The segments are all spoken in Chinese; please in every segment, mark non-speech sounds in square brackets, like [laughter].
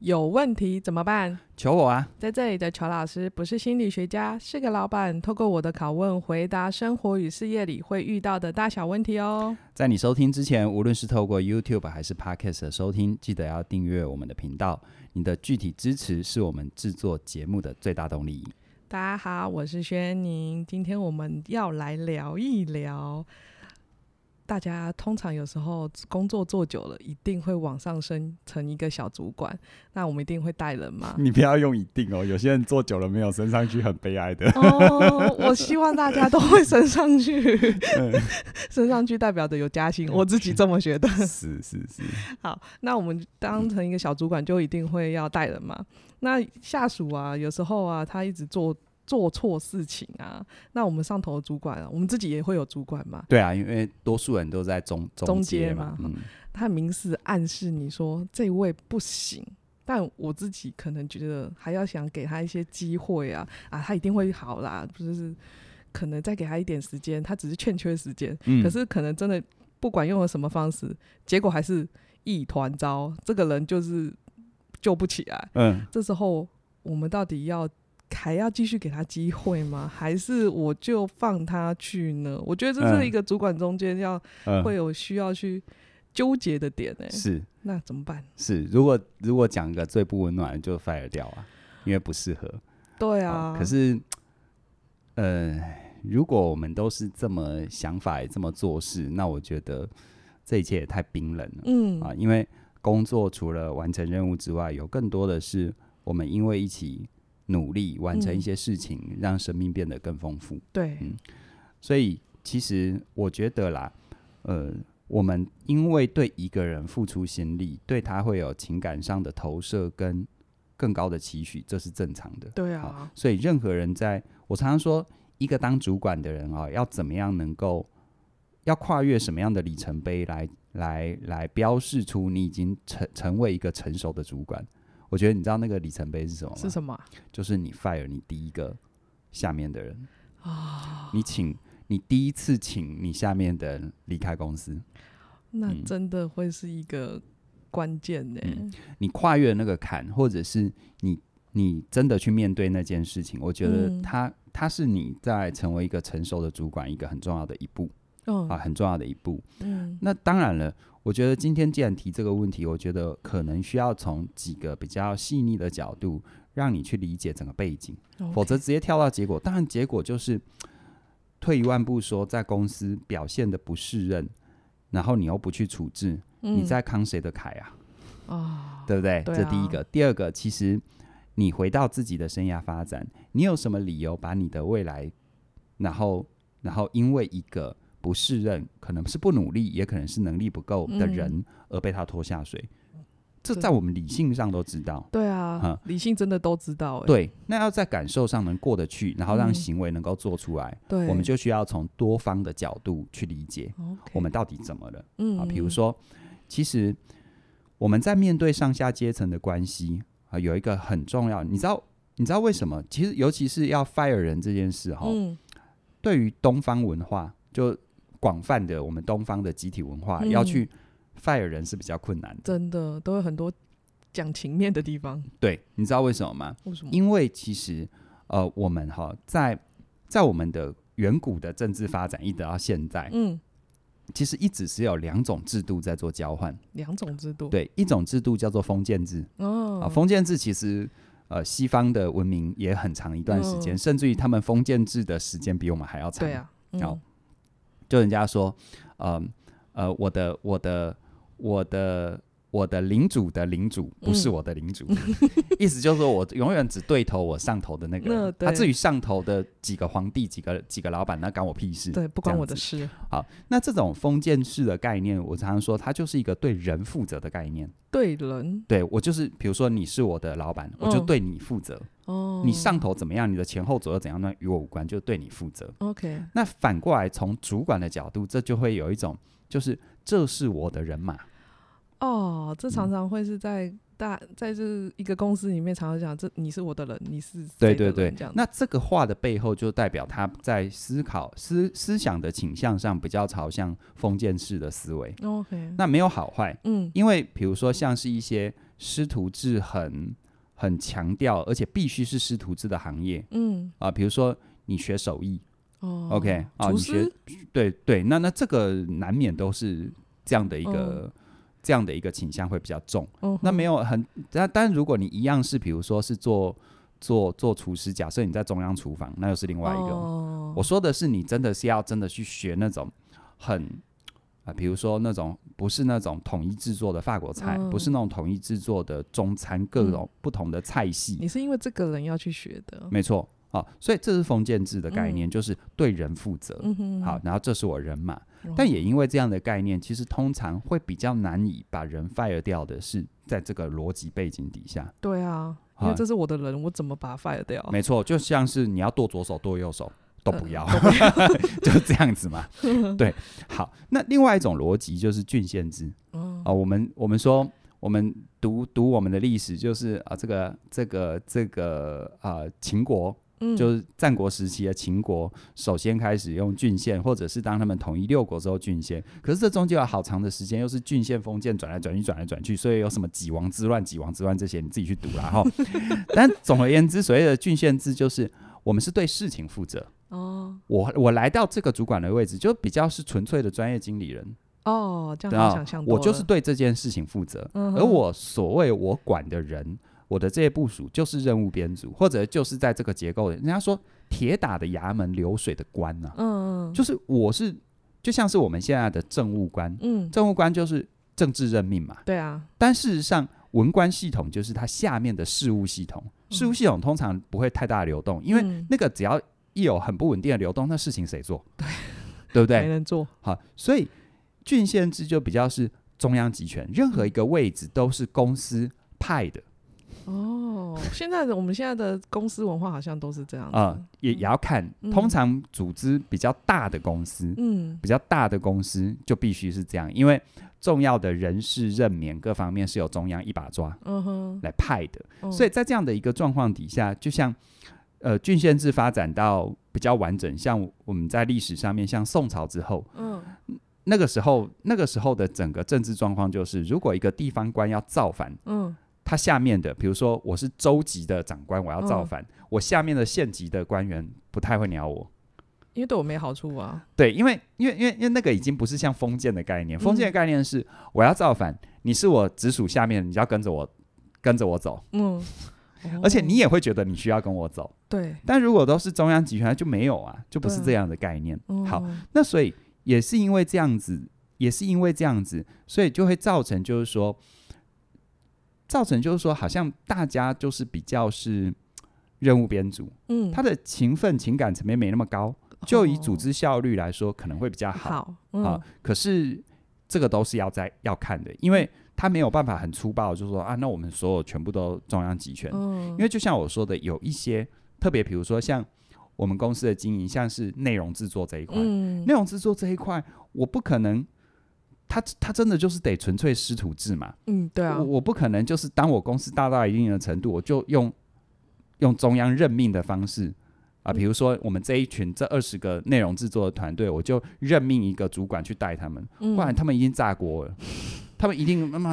有问题怎么办？求我啊！在这里的乔老师不是心理学家，是个老板。透过我的拷问，回答生活与事业里会遇到的大小问题哦。在你收听之前，无论是透过 YouTube 还是 Podcast 的收听，记得要订阅我们的频道。你的具体支持是我们制作节目的最大动力。大家好，我是轩宁，今天我们要来聊一聊。大家通常有时候工作做久了，一定会往上升成一个小主管。那我们一定会带人 [laughs] 吗？你不要用一定哦，有些人做久了没有升上去，很悲哀的。哦，我希望大家都会升上去， [laughs] 升上去代表着有加薪，我自己这么觉得。是是是，好，那我们当成一个小主管，就一定会要带人嘛。那下属啊，有时候啊，他一直做做错事情啊，那我们上头的主管啊，我们自己也会有主管嘛， [laughs] 对啊，因为多数人都在中中阶间嘛嘛，嗯，他明示暗示你说这位不行，但我自己可能觉得还要想给他一些机会啊啊，他一定会好啦，就是可能再给他一点时间，他只是欠缺时间，嗯可是可能真的不管用了什么方式，结果还是一团糟，这个人就是救不起来。嗯，这时候我们到底要还要继续给他机会吗？还是我就放他去呢？我觉得这嗯是一个主管中间要、嗯会有需要去纠结的点呢、欸是那怎么办？是，如果如果讲个最不温暖的，就 fire 掉啊，因为不适合。对哦啊，可是，呃，如果我们都是这么想法、这么做事，那我觉得这一切也太冰冷了、嗯啊！因为工作除了完成任务之外，有更多的是我们因为一起努力完成一嗯些事情，让生命变得更丰富。对嗯所以，其实我觉得啦，呃。我们因为对一个人付出心力，对他会有情感上的投射跟更高的期许，这是正常的。对好啊，所以任何人在，我常常说，一个当主管的人啊、要怎么样能够要跨越什么样的里程碑来来来标示出你已经成成为一个成熟的主管？我觉得你知道那个里程碑是什么吗？是什么就是你 fire 你第一个下面的人，啊？你请你第一次请你下面的人离开公司，那嗯真的会是一个关键呢、嗯你跨越那个坎，或者是你你真的去面对那件事情，我觉得嗯它、它是你在成为一个成熟的主管一个很重要的一步嗯啊，很重要的一步。嗯那当然了，我觉得今天既然提这个问题，我觉得可能需要从几个比较细腻的角度，让你去理解整个背景， OK 否则直接跳到结果，当然结果就是退一万步说，在公司表现的不适任，然后你又不去处置，你嗯在扛谁的凯啊？啊，对不对？对这第一啊个，第二个，其实你回到自己的生涯发展，你有什么理由把你的未来，然后然后因为一个不适任，可能是不努力，也可能是能力不够的嗯人，而被他拖下水？这对在我们理性上都知道。对啊啊，理性真的都知道、欸，对，那要在感受上能过得去，然后让嗯行为能够做出来，对，我们就需要从多方的角度去理解 OK 我们到底怎么了。嗯啊，比如说，其实我们在面对上下阶层的关系啊，有一个很重要，你知道，你知道为什么？其实尤其是要 fire 人这件事哈、嗯对于东方文化，就广泛的我们东方的集体文化，要嗯去 fire 人是比较困难的。真的都有很多讲情面的地方，对，你知道为什么吗？为什么？因为其实呃，我们哈、在在我们的远古的政治发展一直到现在，嗯，其实一直是有两种制度在做交换。两种制度，，对，一种制度叫做封建制，哦，啊，封建制其实呃西方的文明也很长一段时间，嗯甚至于他们封建制的时间比我们还要长。对，啊，好嗯，就人家说，呃呃，我的我的我的我的领主的领主不是嗯我的领主， [laughs] 意思就是说我永远只对头我上头的那个人那。他、对至于上头的几个皇帝、几个几个老板，那干我屁事。对，不这关样我的子事，好，那这种封建式的概念，我常常说，它就是一个对人负责的概念。对人对我就是，比如说你是我的老板，我就嗯对你负责。哦，你上头怎么样，你的前后左右怎样，那与我无关，就对你负责。 OK，那反过来，从主管的角度，这就会有一种，就是这是我的人马，哦，这嗯常常会是在大在这一个公司里面常常讲，这你是我的人，你是对谁的对人对这样。子那这个话的背后，就代表他在思考思思想的倾向上比较朝向封建式的思维。 OK，那没有好坏，嗯因为比如说像是一些师徒制很很强调，而且必须是师徒制的行业嗯，啊、比如说你学手艺、哦 o k 啊，厨你学师，对对，那那这个难免都是这样的一个、嗯这样的一个倾向会比较重。嗯那哼没有很，但但如果你一样是，比如说是做做做厨师，假设你在中央厨房，那又是另外一个。哦我说的是，你真的是要真的去学那种很啊、比如说那种不是那种统一制作的法国菜，嗯不是那种统一制作的中餐，各种不同的菜系，你是因为这个人要去学的，没错啊、所以这是封建制的概念，就是对人负责。嗯哼，好，然后这是我人马，哦，但也因为这样的概念，其实通常会比较难以把人 fire 掉的是，在这个逻辑背景底下，对啊，因啊为这是我的人，我怎么把它 fire 掉？没错，就像是你要剁左手剁右手都不哦呃要， [laughs] 就这样 [laughs] 子嘛。对，好，那另外一种逻辑就是郡县制嗯啊、我们我们说我们读读我们的历史，就是啊、这个这个这个啊、秦国嗯，就是战国时期的秦国，首先开始用郡县，或者是当他们统一六国之后郡县。可是这中间有好长的时间，又是郡县封建转来转去，转来转去，所以有什么几王之乱、几王之乱这些，你自己去读 [laughs] 啦哈。但总而言之，所谓的郡县制就是我们是对事情负责。哦我我来到这个主管的位置，就比较是纯粹的专业经理人，哦，这样然好后想象多我就是了对这件事情负责，嗯而哼我所谓我管的人，我的这些部署就是任务编组，或者就是在这个结构里，人家说铁打的衙门，流水的官呐、嗯嗯就是我是就像是我们现在的政务官，嗯，政务官就是政治任命嘛，对啊，但事实上。文官系统就是它下面的事务系统，事务系统通常不会太大的流动，因为嗯那个只要一有很不稳定的流动，那事情谁做？对，对不对没？人做，好，所以郡县制就比较是中央集权，任何一个位置都是公司派的哦，现在的我们现在的公司文化好像都是这样啊、子，也也要看。通嗯常组织比较大的公司，嗯，比较大的公司就必须是这样，因为重要的人事任免各方面是由中央一把抓嗯哼，来派的，嗯所以在这样的一个状况底下，就像。呃，郡县制发展到比较完整，像我们在历史上面，像宋朝之后，嗯那个时候，那个时候的整个政治状况就是，如果一个地方官要造反，嗯他下面的，比如说我是州级的长官，我要造嗯反，我下面的县级的官员不太会鸟我。因为对我没好处啊，对，因为因为因为因为那个已经不是像封建的概念，封建的嗯概念是、我要造反，你是我直属下面，你就要跟着我跟着我走，嗯，而且你哦也会觉得你需要跟我走。对，但如果都是中央集权，就没有啊，就不对是啊这样的概念。好，嗯，那所以也是因为这样子，也是因为这样子，所以就会造成就是说，造成就是说，好像大家就是比较是任务编组，嗯，他的情分、情感层面没那么高，就以组织效率来说，可能会比较哦好。好，嗯，啊可是这个都是要在要看的，因为他没有办法很粗暴，就说啊，那我们所有全部都中央集权，嗯，因为就像我说的，有一些特别，比如说像我们公司的经营，像是内容制作这一块，嗯内容制作这一块，我不可能，他他真的就是得纯粹师徒制嘛。嗯对啊我，我不可能就是当我公司大到一定的程度，我就用用中央任命的方式啊，嗯比如说我们这一群这二十个内容制作的团队，我就任命一个主管去带他们，嗯不然他们已经炸锅了，他们一定他妈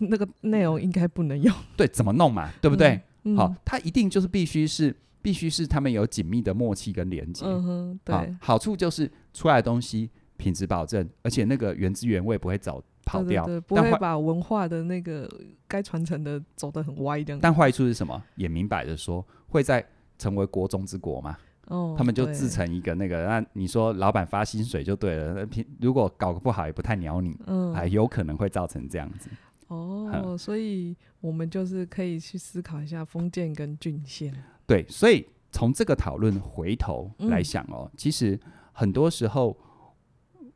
那个内容应该不能用，对怎么弄嘛，对不对？ [laughs] 嗯？好嗯，，他一定就是必须是必须是他们有紧密的默契跟连接。嗯哼，好对，，好处就是出来的东西品质保证，而且那个原汁原味不会走跑对对掉。对不但会坏把文化的那个该传承的走得很歪这样。但坏处是什么？也明摆着说会在成为国中之国嘛，哦，他们就对自，成一个那个。那你说老板发薪水就对了，那平如果搞不好也不太鸟你，嗯，还有可能会造成这样子。哦，所以我们就是可以去思考一下封建跟郡县，对，所以从这个讨论回头嗯来想哦，其实很多时候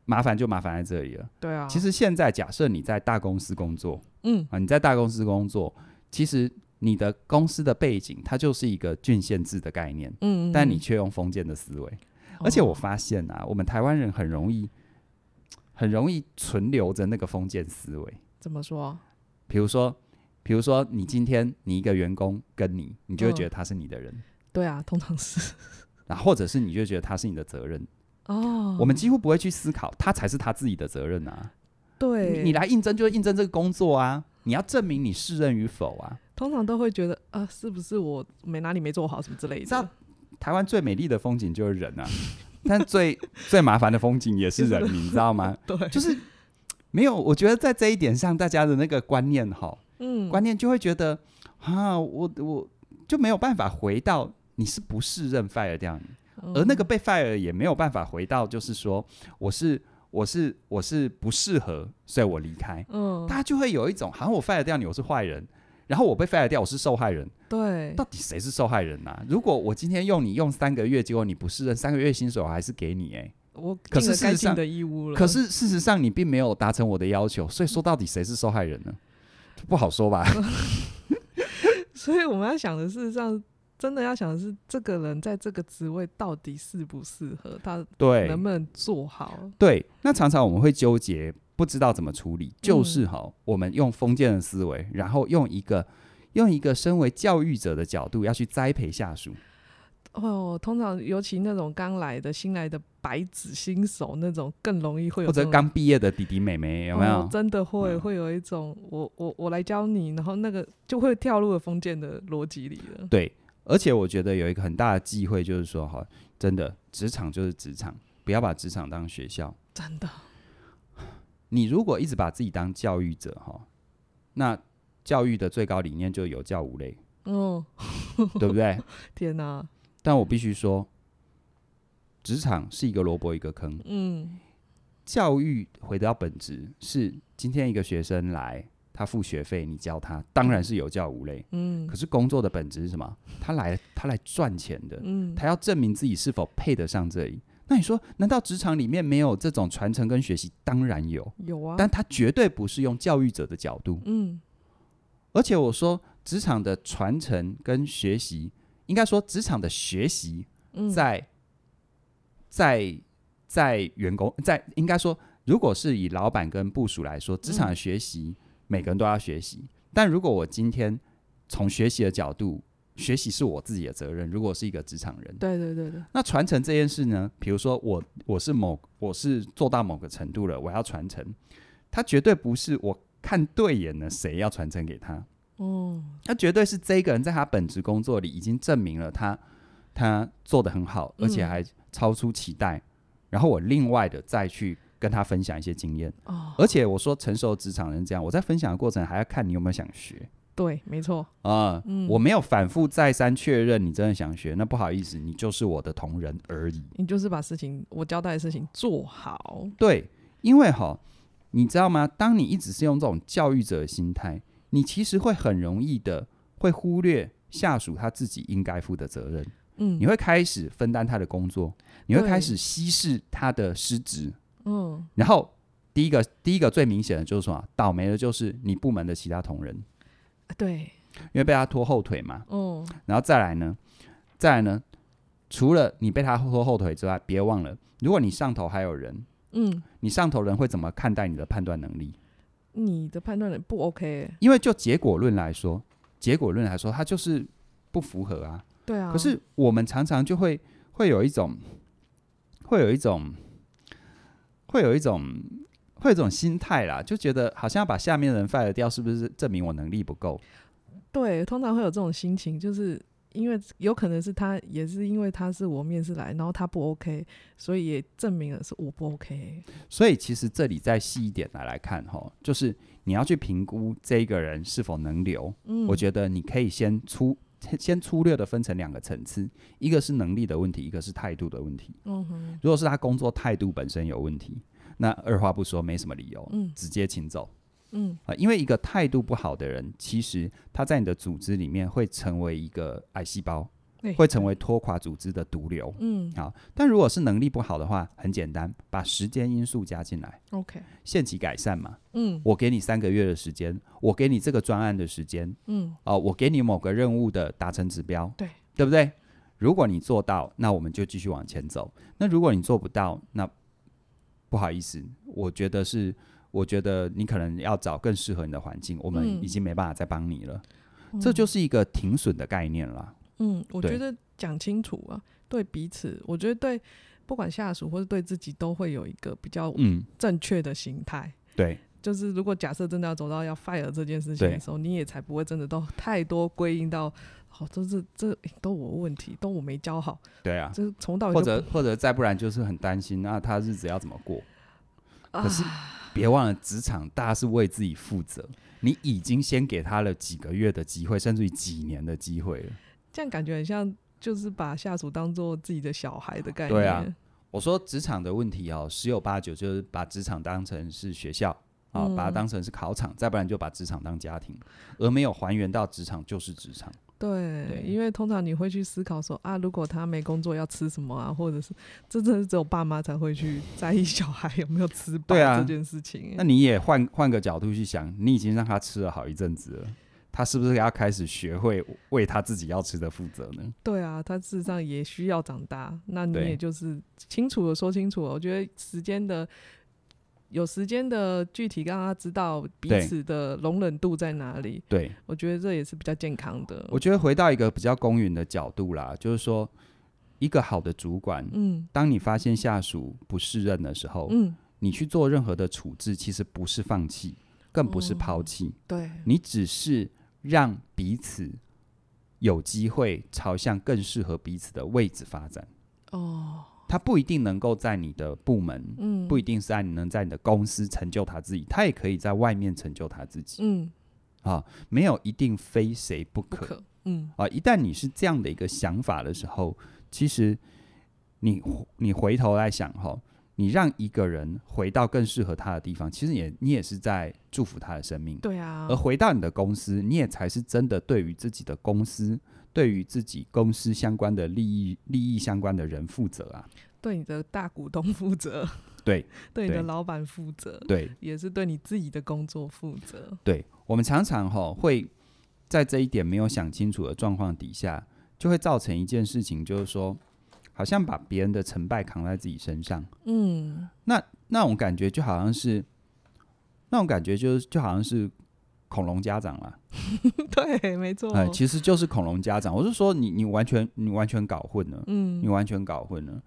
麻烦就麻烦在这里了。对啊，其实现在假设你在大公司工作，嗯啊，你在大公司工作，其实你的公司的背景它就是一个郡县制的概念，嗯，但你嗯却用封建的思维。嗯而且哦我发现啊，我们台湾人很容易，很容易存留着那个封建思维。怎么说？比如说，比如说你今天你一个员工跟你，你就会嗯觉得他是你的人，对啊，通常是啊，或者是你就觉得他是你的责任。哦，我们几乎不会去思考，他才是他自己的责任啊。对你你来应征就是应征这个工作啊，你要证明你适任与否啊。通常都会觉得啊，是不是我没哪里没做好什么之类知道的？台湾最美丽的风景就是人啊， [laughs] 但最最麻烦的风景也是人，你知 [laughs] 道吗？对，就是没有，我觉得在这一点上，大家的那个观念哈，嗯，观念就会觉得啊，我我就没有办法回到你是不是任 fire 掉你，嗯而那个被 fire 也没有办法回到，就是说我是我是我是不适合，所以我离开，嗯，大家就会有一种好像我 fire 掉你，我是坏人。然后我被 fire 掉，我是受害人，对到底谁是受害人呐、如果我今天用你用三个月，结果你不是任，三个月薪水我还是给你哎、我可尽是了事该实尽上的义务了。可是事实上你并没有达成我的要求，所以说到底谁是受害人呢？不好说吧？所以我们要想的事实上，真的要想的是，这个人在这个职位到底适不适合，他 [laughs] 对能不能做好？对，那常常我们会纠结，不知道怎么处理，就是哈，我们用封建的思维，然后用一个用一个身为教育者的角度要去栽培下属，哦，通常尤其那种刚来的、新来的白纸新手那种，更容易会有或者这种刚毕业的弟弟妹妹有没有？哦真的会、嗯会有一种我我我来教你，然后那个就会跳入了封建的逻辑里了。对，而且我觉得有一个很大的忌讳就是说哈，真的职场就是职场，不要把职场当学校。真的，你如果一直把自己当教育者哈，那教育的最高理念就有教无类，哦，对不对？ [laughs] 天哪、但我必须说，职场是一个萝卜一个坑。嗯，教育回到本质是，今天一个学生来，他付学费，你教他，当然是有教无类。嗯可是工作的本质是什么？他来，他来赚钱的，嗯，他要证明自己是否配得上这里。那你说，难道职场里面没有这种传承跟学习？当然有，有啊，但他绝对不是用教育者的角度。嗯而且我说，职场的传承跟学习，应该说职场的学习嗯，在在在员工在应该说，如果是以老板跟部属来说，职场的学习、每个人都要学习。但如果我今天从学习的角度，学习是我自己的责任。如果我是一个职场人，对对对对，那传承这件事呢？比如说我我是某我是做到某个程度了，我要传承，他绝对不是我看对眼了谁要传承给他，哦，那绝对是这个人在他本职工作里已经证明了他他做的很好，嗯而且还超出期待。然后我另外的再去跟他分享一些经验，哦，而且我说成熟职场人这样，我在分享的过程还要看你有没有想学对，没错，啊。嗯我没有反复再三确认你真的想学，那不好意思，你就是我的同仁而已。你就是把事情我交代的事情做好，对，因为哈，你知道吗？当你一直是用这种教育者的心态，你其实会很容易的会忽略下属他自己应该负的责任。嗯，你会开始分担他的工作，你会对开始稀释他的失职。嗯，然后第一个第一个最明显的就是什么？倒霉的就是你部门的其他同仁，对，因为被他拖后腿嘛。哦，然后再来呢，再来呢，除了你被他拖后腿之外，别忘了，如果你上头还有人，嗯，你上头人会怎么看待你的判断能力？嗯你的判断力不 OK，欸因为就结果论来说，结果论来说，他就是不符合啊。对啊，可是我们常常就会会有一种，会有一种，会有一种，会有一种心态啦，就觉得好像要把下面的人 fire 掉，是不是证明我能力不够？对，通常会有这种心情，就是因为有可能是他，也是因为他是我面试来，然后他不 OK，所以也证明了是我不 OK。所以其实这里再细一点来来看哈，就是你要去评估这一个人是否能留。嗯，我觉得你可以先粗先粗略的分成两个层次，一个是能力的问题，一个是态度的问题。得，嗯哼，如果是他工作态度本身有问题，那二话不说，没什么理由，嗯直接请走。嗯，啊，因为一个态度不好的人，其实他在你的组织里面会成为一个癌细胞，对会成为拖垮组织的毒瘤。嗯好，但如果是能力不好的话，很简单，把时间因素加进来， ，OK，限期改善嘛。嗯我给你三个月的时间，我给你这个专案的时间，嗯，啊、我给你某个任务的达成指标，对对不对？如果你做到，那我们就继续往前走。那如果你做不到，那不好意思，我觉得是，我觉得你可能要找更适合你的环境，我们嗯已经没办法再帮你了。这就是一个停损的概念了。嗯，我对觉得讲清楚啊，对彼此，我觉得对不管下属或是对自己，都会有一个比较嗯，正确的心态。对就是如果假设真的要走到要 fire 这件事情的时候，你也才不会真的都太多归因到，好、都是这、诶都我问题，都我没教好，对啊，就是从头到尾或哦就者或者再不然就是很担心，那他日子要怎么过？啊可是别忘了，职场大家是为自己负责，你已经先给他了几个月的机会，甚至于几年的机会了。这样感觉很像就是把下属当做自己的小孩的概念。对啊我说职场的问题哦，十有八九就是把职场当成是学校啊、嗯把它当成是考场，再不然就把职场当家庭，而没有还原到职场就是职场。对，对因为通常你会去思考说啊，如果他没工作要吃什么啊，或者是这真的是只有爸妈才会去在意小孩有没有吃饱对啊这件事情。那你也换换个角度去想，你已经让他吃了好一阵子了，他是不是要开始学会为他自己要吃的负责呢？对啊，他事实上也需要长大，那你对也就是清楚的说清楚了。我觉得时间的有时间的具体让他知道彼对此的容忍度在哪里，对，我觉得这也是比较健康的。我觉得回到一个比较公允的角度啦，就是说，一个好的主管，嗯当你发现下属不适任的时候，嗯，你去做任何的处置，其实不是放弃，更不是哦抛弃，对，你只是让彼此有机会朝向更适合彼此的位置发展。哦，他不一定能够在你的部门，嗯，不一定是在你能在你的公司成就他自己，他也可以在外面成就他自己嗯啊，没有一定非谁不不可。可，嗯啊，一旦你是这样的一个想法的时候，其实你回你回头来想哈，你让一个人回到更适合他的地方，其实也你也是在祝福他的生命。对啊而，回到你的公司，你也才是真的对于自己的公司，对于自己公司相关的利益、利益相关的人负责啊。对你的大股东负责，对， [laughs] 对你的对老板负责，对也是对你自己的工作负责。对，我们常常哈会在这一点没有想清楚的状况底下，就会造成一件事情，就是说，好像把别人的成败扛在自己身上。嗯，那种感觉就好像是，那种感觉就是就好像是恐龙家长啦， [laughs] 对，没错。嗯哎、其实就是恐龙家长。我是说你，你完全你完全搞混了，你嗯，完全搞混了。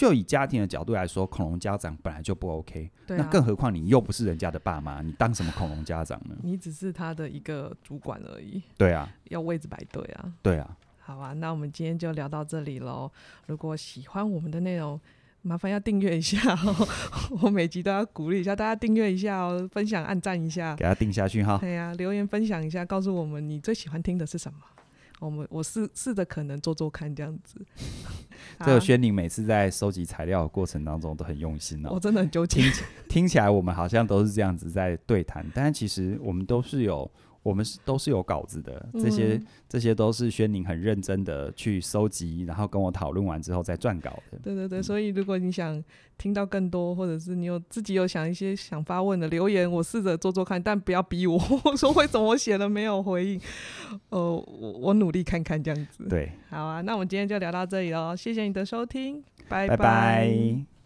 就以家庭的角度来说，恐龙家长本来就不 OK，、对那啊，更何况你又不是人家的爸妈，你当什么恐龙家长 [laughs] 呢？你只是他的一个主管而已，对啊，要位置摆对啊。对啊，好啊，那我们今天就聊到这里喽。如果喜欢我们的内容，麻烦要订阅一下哦。 [laughs] 我每集都要鼓励一下大家订阅一下哦，分享、按赞一下。给他定下去哈。对呀、留言分享一下，告诉我们你最喜欢听的是什么。我们我试试着可能做做看这样子。这好个啊轩宁每次在收集材料的过程当中都很用心哦我。真的很纠结听。听起来我们好像都是这样子在对谈，但其实我们都是有，我们是都是有稿子的。这些、嗯这些都是轩宁很认真的去收集，然后跟我讨论完之后再撰稿的。对对对，所以如果你想听到更多，或者是你有自己有想一些想发问的留言，我试着做做看，但不要逼我。 [laughs] 我说为什么我写了没有回应？呃，我我努力看看这样子。对，好啊，那我们今天就聊到这里喽，谢谢你的收听，拜拜拜